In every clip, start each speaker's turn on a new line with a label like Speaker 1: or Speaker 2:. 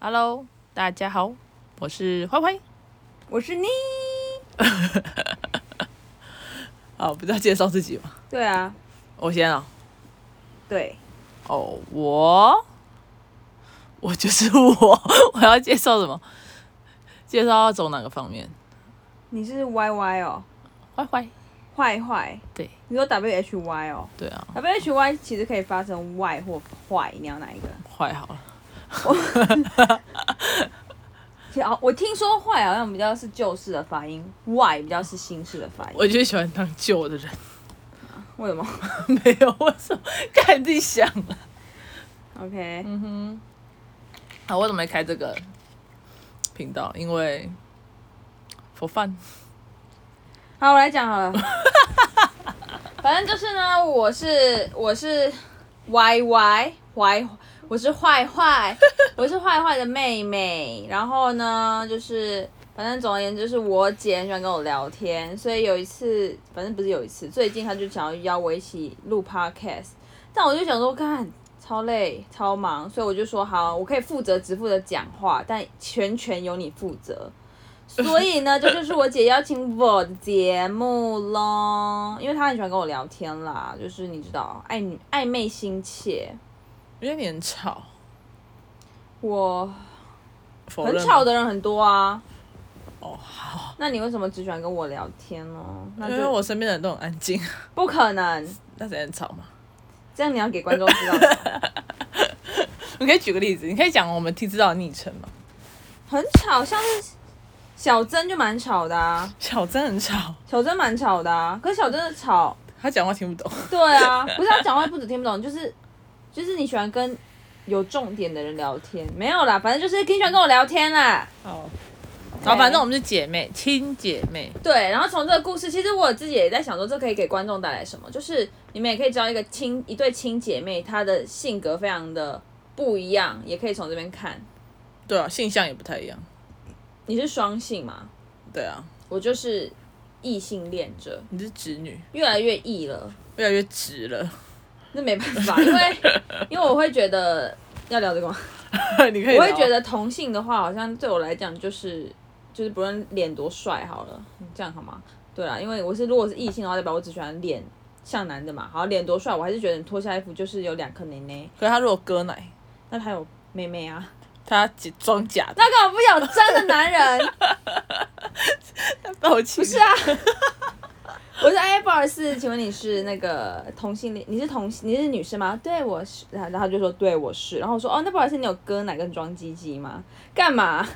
Speaker 1: Hello，大家好，我是花花。
Speaker 2: 我是你。
Speaker 1: 啊，不知道介绍自己吗？
Speaker 2: 对啊，
Speaker 1: 我先啊，
Speaker 2: 对，
Speaker 1: 哦，我，我就是我，我 要介绍什么？介绍要走哪个方面？
Speaker 2: 你是 Y Y 哦，
Speaker 1: 坏坏，
Speaker 2: 坏坏。
Speaker 1: 对
Speaker 2: 你说 W H Y 哦
Speaker 1: 对啊，
Speaker 2: ，W H Y 其实可以发成 Y 或坏，你要哪一个？
Speaker 1: 坏好了，
Speaker 2: 其实好哦我听说坏好像比较是旧式的发音，Y 比较是新式的发音。
Speaker 1: 我就喜欢当旧的人，
Speaker 2: 为什么
Speaker 1: 没有为什么？看你自己想啊。
Speaker 2: ？OK，
Speaker 1: 嗯哼，啊，我怎么没开这个频道？因为佛饭，
Speaker 2: 好，我来讲好了。反正就是呢，我是我是 Y Y 坏，我是坏坏，我是坏坏的妹妹。然后呢，就是反正总而言之，就是我姐很喜欢跟我聊天，所以有一次，反正不是有一次，最近她就想要邀我一起录 podcast，但我就想说，看超累超忙，所以我就说好，我可以负责只负责讲话，但全权由你负责。 所以呢，这就是我姐邀请我的节目喽，因为她很喜欢跟我聊天啦，就是你知道，爱女暧昧心切。
Speaker 1: 因为你很吵，
Speaker 2: 我
Speaker 1: 否
Speaker 2: 很
Speaker 1: 认
Speaker 2: 吵
Speaker 1: 的，
Speaker 2: 的人很多啊，
Speaker 1: 哦好，
Speaker 2: 那你为什么只喜欢跟我聊天呢？那
Speaker 1: 因为
Speaker 2: 就
Speaker 1: 我身边的人都很安静，
Speaker 2: 不可能，
Speaker 1: 那谁很吵嘛？
Speaker 2: 这样你要给观众知道什 么，
Speaker 1: 你可以举个例子，你可以讲我们 T 知道的昵称吗？
Speaker 2: 很吵，像是小珍就蛮吵的啊，
Speaker 1: 小真很吵，
Speaker 2: 小珍蛮吵的啊，可是小珍的吵，
Speaker 1: 他讲话听不懂。
Speaker 2: 对啊， 不是他讲话不止听不懂，就是就是你喜欢跟有重点的人聊天，没有啦，反正就是挺喜欢跟我聊天啦。
Speaker 1: 好，
Speaker 2: 好
Speaker 1: 好，
Speaker 2: 反
Speaker 1: 反
Speaker 2: 正
Speaker 1: 正
Speaker 2: 我
Speaker 1: 我们是姐妹，亲姐妹。
Speaker 2: 对，然后从这个故事，其实我自己也在想说，这可以给观众带来什么？就是你们也可以知道一个亲一对亲姐妹，她的性格非常的不一样，也可以从这边看。
Speaker 1: 对啊，性向也不太一样。
Speaker 2: 你是双性嘛？
Speaker 1: 对啊，
Speaker 2: 我就是异性恋者，
Speaker 1: 你是直女，
Speaker 2: 越来越异了。
Speaker 1: 越来越直了。
Speaker 2: 那没办法，因 为因为我会觉得要聊这个吗？
Speaker 1: 你可以，啊
Speaker 2: 我会觉，得同性的话，好像对我来讲就是就是不论脸多帅好了，这样好吗？对啊啦，因为我是如果是异性的话，代表我只喜欢脸像男的嘛。好，脸多帅，我还是觉得你脱下衣服就是有两颗奶奶，
Speaker 1: 可是他如果割奶，
Speaker 2: 那还有妹妹啊，
Speaker 1: 他假装假的，
Speaker 2: 那干嘛不想真的男人？
Speaker 1: 抱歉。
Speaker 2: 不是啊，我是 a b a r 是，请问你是那个同性恋？你是同你是女生吗？对，我是。然后然后他就说对，我是。然后我说哦，那不好意思，你有割奶跟装鸡鸡吗？干嘛？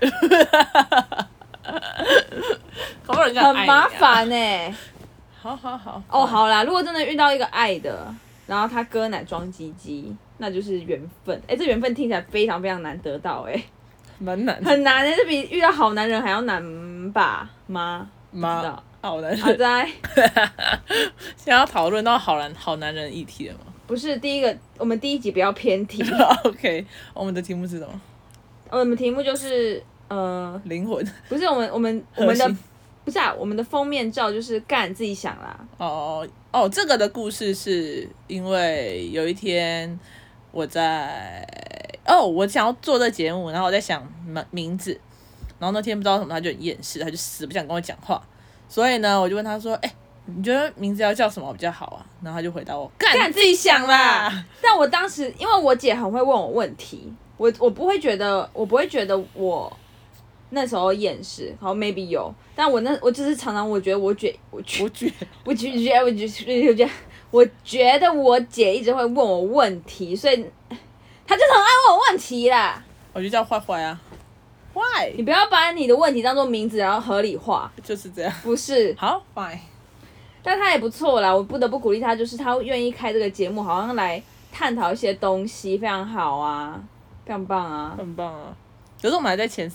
Speaker 1: 好多人这样
Speaker 2: 很
Speaker 1: 爱你啊
Speaker 2: 麻。烦呢、欸
Speaker 1: 好好好，
Speaker 2: 哦，，好啦，如果真的遇到一个爱的，然后他割奶装鸡鸡，那就是缘分。哎、这缘分听起来非常非常难得到、
Speaker 1: 蛮难
Speaker 2: 哎，，很难哎、这比遇到好男人还要难吧？妈，不知
Speaker 1: 妈
Speaker 2: 道，
Speaker 1: 好男
Speaker 2: 阿
Speaker 1: 人。
Speaker 2: 哉，
Speaker 1: 现在要讨论到好男好男人议题了吗
Speaker 2: 不是第一个，我们第一集不要偏 题，哦
Speaker 1: ？OK，我们的题目是什么？
Speaker 2: 我们题目就是呃，
Speaker 1: 灵魂。
Speaker 2: 不是我们我们我
Speaker 1: 核
Speaker 2: 们的
Speaker 1: 心。
Speaker 2: 不是啊，我们的封面照就是干自己想啦。
Speaker 1: 哦哦，这个的故事是因为有一天我在哦，我想要做这节目，然后我在想名名字，然后那天不知道为什么他就很厌世，他就死不想跟我讲话，所以呢，我就问他说：“哎、你觉得名字要叫什么比较好啊？”然后他就回答我：“干
Speaker 2: 干自己想啦。但我当时因为我姐很会问我问题，我我不会觉得我不会觉得我那时候厌世，好 maybe 有，但我那我就是常常我觉得我觉我 觉
Speaker 1: 我觉得
Speaker 2: 我觉觉我觉我觉我觉得我姐一直会问我问题，所以她就是很爱问我问题啦。
Speaker 1: 我就叫坏坏啊，坏
Speaker 2: 你不要把你的问题当做名字然后合理化，
Speaker 1: 就是这样。
Speaker 2: 不是？
Speaker 1: 好，fine，
Speaker 2: 但他也不错啦，我不得不鼓励他，就是他愿意开这个节目，好像来探讨一些东西，非常好啊，非常棒啊。
Speaker 1: 很棒啊。可是我们还在前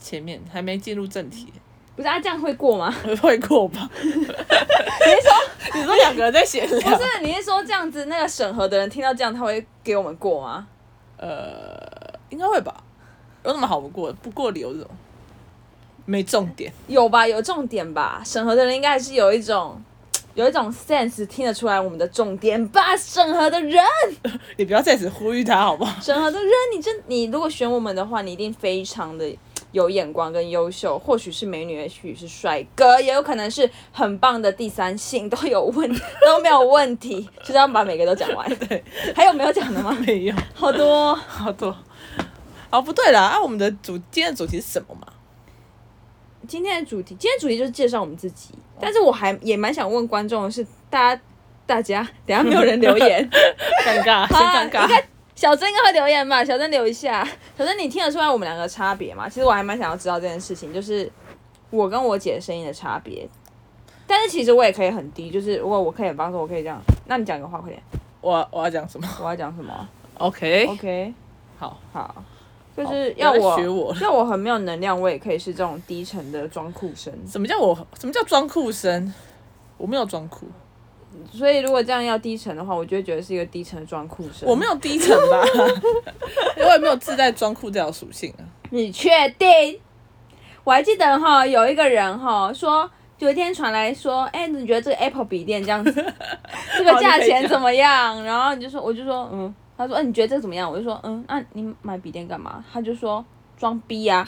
Speaker 1: 前面，还没进入正题，
Speaker 2: 不是啊，这样会过吗？
Speaker 1: 会过吧？你说，你说两个人在闲聊，
Speaker 2: 不是，你是说这样子那个审核的人听到这样，他会给我们过吗？
Speaker 1: 呃，应该会吧？有什么好不过的？不过理由这种，没重点，
Speaker 2: 有吧，有重点吧。审核的人应该还是有一种有一种 sense 听得出来我们的重点吧。审核的人，
Speaker 1: 你不要在此呼吁他好不好？
Speaker 2: 审核的人，你真你如果选我们的话，你一定非常的有眼光跟优秀，或许是美女，也许是帅哥，也有可能是很棒的第三性，都有问 都没有问题，就是要把每个都讲完。 对，还有没有讲的吗？
Speaker 1: 没有，
Speaker 2: 好多哦、
Speaker 1: 好多。哦，不对了，啊，我们的主今天的主题是什么嘛？
Speaker 2: 今天的主题，今天主题就是介绍我们自己。
Speaker 1: 哦
Speaker 2: 但是我还也蛮想问观众的是，大家大家，等一下没有人留 言，
Speaker 1: 尴尬，
Speaker 2: 好啊
Speaker 1: 先尴尬。
Speaker 2: 小珍应该会留言吧？小珍留一下。小珍，你听得出来我们两个的差别吗？其实我还蛮想要知道这件事情，就是我跟我姐的声音的差别。但是其实我也可以很低，就是如果我可以很放松，我可以这样。那你讲一个话，快点，
Speaker 1: 我我要讲什么
Speaker 2: 我要讲什么
Speaker 1: ？OK，
Speaker 2: ？OK，
Speaker 1: 好，
Speaker 2: 好，就
Speaker 1: 就是
Speaker 2: 要我
Speaker 1: 学我了。
Speaker 2: 要我很没有能量，我也可以是这种低沉的装酷声。
Speaker 1: 什么叫我？什么叫装酷生？我没有装酷，
Speaker 2: 所以如果这样要低沉的话，我就会觉得是一个低沉的装酷声。
Speaker 1: 我没有低沉吧？ 我也没有自带装酷这条属性啊。
Speaker 2: 你确定？我还记得哈，有一个人哈说，有一天传来说，哎、你觉得这个 Apple 笔电这样子，这个价钱怎么样？然后你就说，我就说，嗯，他说，哎、你觉得这怎么样？我就说，嗯，那、你买笔电干嘛？他就说，装逼呀、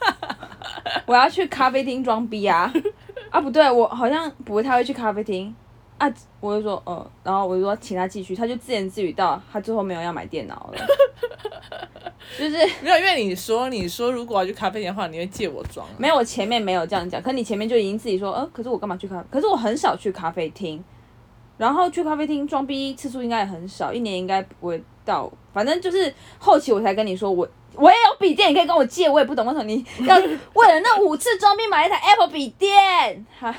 Speaker 2: 啊，我要去咖啡厅装逼呀、啊，啊不对，我好像不太会去咖啡厅。啊！我就说，嗯，然后我就说请他继续，他就自言自语到他最后没有要买电脑了，就是
Speaker 1: 没有，因为你说你说如果我要去咖啡店的话，你会借我装啊、
Speaker 2: 没有，我前面没有这样讲，可你前面就已经自己说，呃，可是我干嘛去咖？可是我很少去咖啡厅，然后去咖啡厅装逼次数应该也很少，一年应该不会到，反正就是后期我才跟你说我。我也有笔电，你可以跟我借，我也不懂为什么你 要为了那五次装逼买一台 Apple 笔电，哈，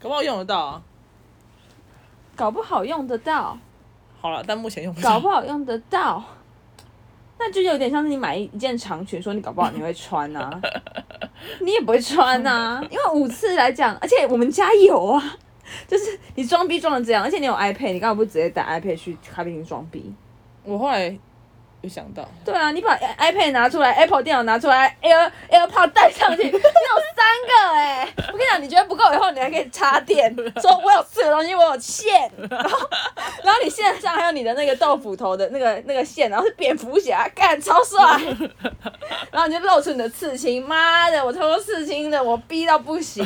Speaker 1: 搞不好用得到啊。
Speaker 2: 搞不好用得到，
Speaker 1: 好了，但目前用不
Speaker 2: 搞
Speaker 1: 到。
Speaker 2: 不好用得到，那就有点像是你买一一件长裙，说你搞不好你会穿啊，你也不会穿啊，因为五次来讲，而且我们家有啊，就是你装逼装成这样，而且你有 iPad，你干嘛不直接带 iPad 去咖啡厅装逼？
Speaker 1: 我后来有想到，
Speaker 2: 对啊，你把 i- iPad 拿出来，Apple 电脑拿出来，Air AirPod 带上去，你有三个哎、我跟你讲，你觉得不够以后，你还可以插电，说我有四个东西，我有线，然后然后你线上还有你的那个豆腐头的那个那个线，然后是蝙蝠侠，干超帅，然后你就露出你的刺青，妈的，我偷偷刺青的，我逼到不行。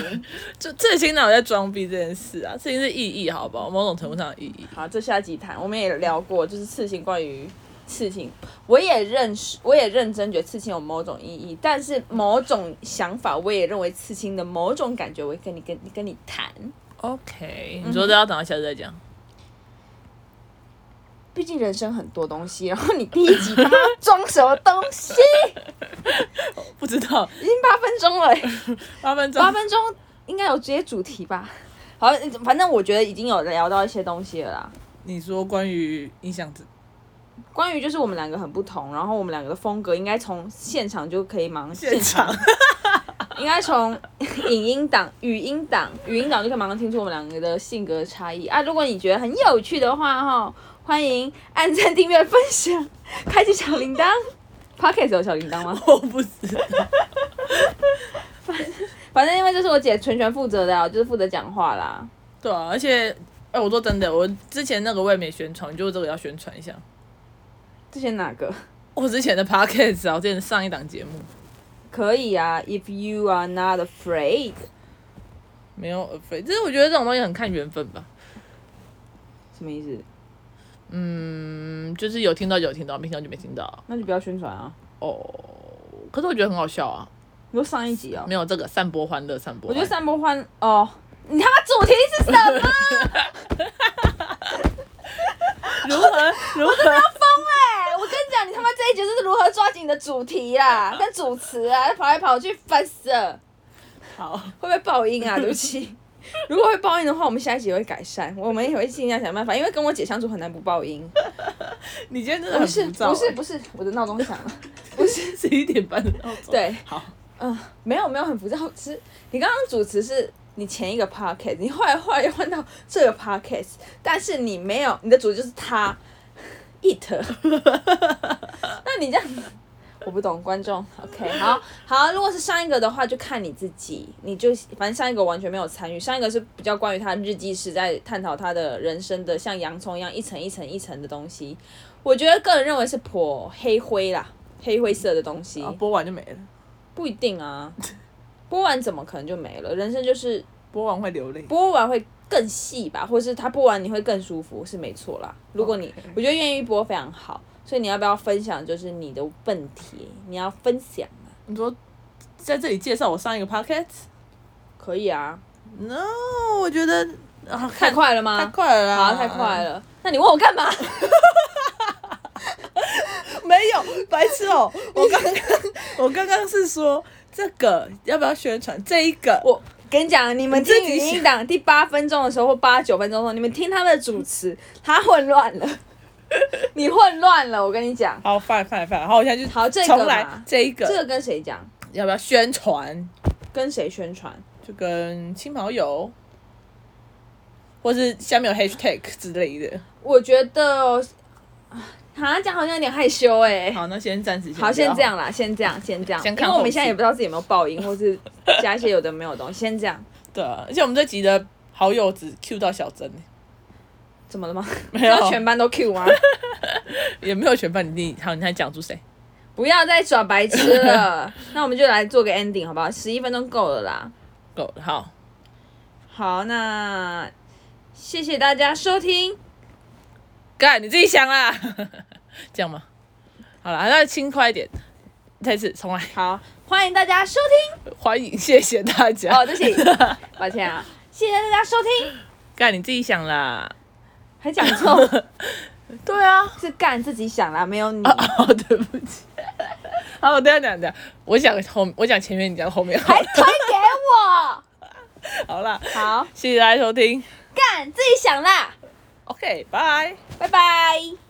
Speaker 1: 就这已经哪有在装逼这件事啊？这已经是意义，好不好？某种程度上的意义。
Speaker 2: 好，这下集谈，我们也聊过，就是刺青关于刺青，我也认识，我也认真觉得刺青有某种意义，但是某种想法，我也认为刺青的某种感觉，我会跟你跟你跟你谈，
Speaker 1: OK，你说这要等到下次再讲。
Speaker 2: 毕竟人生很多东西，然后你第一集 他妈装什么东西，
Speaker 1: 不知道
Speaker 2: 已经八分钟了，
Speaker 1: 八分钟
Speaker 2: 八，分钟应该有直接主题吧。好，反正我觉得已经有聊到一些东西了啦。
Speaker 1: 你说关于音响子，
Speaker 2: 关于就是我们两个很不同，然后我们两个的风格应该从现场就可以忙
Speaker 1: 现场
Speaker 2: 应该从 影音档、语音档、语音档就可以马上听出我们两个的性格差异啊！如果你觉得很有趣的话，哈，欢迎按赞、订阅、分享，开启小铃铛。Pocket 有小铃铛吗？
Speaker 1: 我不知道。
Speaker 2: 反正因为这是我姐全权负责的啊，我就是负责讲话啦。
Speaker 1: 对啊，而且，哎、我说真的，我之前那个我也没宣传，就这个要宣传一下。
Speaker 2: 这些哪个
Speaker 1: 我之前的 podcast 啊，我之前上一档节目
Speaker 2: 可以啊？If you are not afraid，
Speaker 1: 没有 afraid，就是我觉得这种东西很看缘分吧。
Speaker 2: 什么意思？
Speaker 1: 嗯，就是有听到就有听到，没听到就没听到。
Speaker 2: 那就不要宣传啊！
Speaker 1: 哦，可是我觉得很好笑啊。
Speaker 2: 你说上一集啊、
Speaker 1: 没有这个散播欢乐，散播
Speaker 2: 我
Speaker 1: 欢
Speaker 2: 觉
Speaker 1: 乐。
Speaker 2: 得散播欢哦，你他妈主题是什么？
Speaker 1: 如何如何
Speaker 2: 哎，我跟你讲，你他妈这一集是如何抓紧你的主题 啦，跟主持啊，跑来跑去烦死了，
Speaker 1: 好。
Speaker 2: 会不会爆音 啊？对不起，如果会爆音的话，我们下一集也会改善，我们也会尽量想办法，因为跟我姐相处很难不爆音。
Speaker 1: 你今天真的
Speaker 2: 不
Speaker 1: 很
Speaker 2: 是
Speaker 1: 浮躁
Speaker 2: 不是不是，我的闹钟响了，不是，
Speaker 1: 欸，十一点半的闹钟。
Speaker 2: 对
Speaker 1: 好，
Speaker 2: 嗯、没有没有很浮躁，是你刚刚主持是。你前一个 podcast，你后来后来又换到这个 podcast，但是你没有，你的主题就是他 it，那你这样，我不懂观众。OK，好好，如果是上一个的话，就看你自己，你就反正上一个完全没有参与，上一个是比较关于他日记是在探讨他的人生的，像洋葱一样一层一层一层的东西。我觉得个人认为是颇黑灰啦，黑灰色的东西。
Speaker 1: 啊，播完就没了，
Speaker 2: 不一定啊， 播完怎么可能就没了？人生就是
Speaker 1: 播完会流泪。
Speaker 2: 播完会更细吧，或是它播完你会更舒服，是没错啦。如果你
Speaker 1: OK
Speaker 2: 我觉得愿意播非常好，所以你要不要分享就是你的问题？你要分享啊，
Speaker 1: 你说在这里介绍我上一个 podcast？No，
Speaker 2: 可以啊，
Speaker 1: 我觉得啊，
Speaker 2: 太
Speaker 1: 看
Speaker 2: 快了
Speaker 1: 太
Speaker 2: 吗？
Speaker 1: 快了
Speaker 2: 好，
Speaker 1: 啦，
Speaker 2: 太快了。那你问我干嘛？
Speaker 1: 没有，白痴哦、我刚刚 我刚刚是说这个要不要宣传这一个？
Speaker 2: 我跟你讲，你们
Speaker 1: 你
Speaker 2: 听
Speaker 1: 自己
Speaker 2: 语音档第八分钟的时候或八九分钟的时候，你们听他们的主持，他混乱了， 你混乱了，我跟你讲。
Speaker 1: 好，放放放，好，我现在就
Speaker 2: 好这个
Speaker 1: 重来
Speaker 2: 嘛
Speaker 1: 这一个，
Speaker 2: 这个跟谁讲？
Speaker 1: 要不要宣传？
Speaker 2: 跟谁宣传？
Speaker 1: 就跟亲朋好友，或是下面有 hashtag 之类的。
Speaker 2: 我觉得，啊，这样好像有点害羞哎、
Speaker 1: 好，那先暂时先
Speaker 2: 好，先这
Speaker 1: 不
Speaker 2: 样啦，先这样，先这样，
Speaker 1: 先
Speaker 2: 因
Speaker 1: 看
Speaker 2: 为我
Speaker 1: 后
Speaker 2: 们
Speaker 1: 续
Speaker 2: 现在也不知道自己有没有爆音，或是加一些有的没有的东西，先这样，
Speaker 1: 要。对啊，而且我们这集的好友只 Q 到小珍，
Speaker 2: 怎么了吗？
Speaker 1: 没有
Speaker 2: 要全班都 Q 吗？
Speaker 1: 也没有全班。你你好，你还讲出谁？
Speaker 2: 不要再耍白痴了， 那我们就来做个 ending 好不好？十一分钟够了啦。
Speaker 1: 够了，好，
Speaker 2: 好，那谢谢大家收听，
Speaker 1: 干你自己想啦， 这样吗？好啦，那轻快一点，再次重来。
Speaker 2: 好，欢迎大家收听。
Speaker 1: 欢迎，谢谢大家。
Speaker 2: 哦，对不起，抱歉啊，谢谢大家收听，
Speaker 1: 干你自己想啦。
Speaker 2: 还讲 错，
Speaker 1: 对啊，
Speaker 2: 是干自己想啦，没有你。
Speaker 1: 哦， 对不起。好，我等一下讲讲，我讲后，我讲前面，你讲后面。
Speaker 2: 还推给我。
Speaker 1: 好啦，
Speaker 2: 好，
Speaker 1: 谢谢大家收听。
Speaker 2: 干自己想啦，
Speaker 1: OK，拜。
Speaker 2: 拜拜。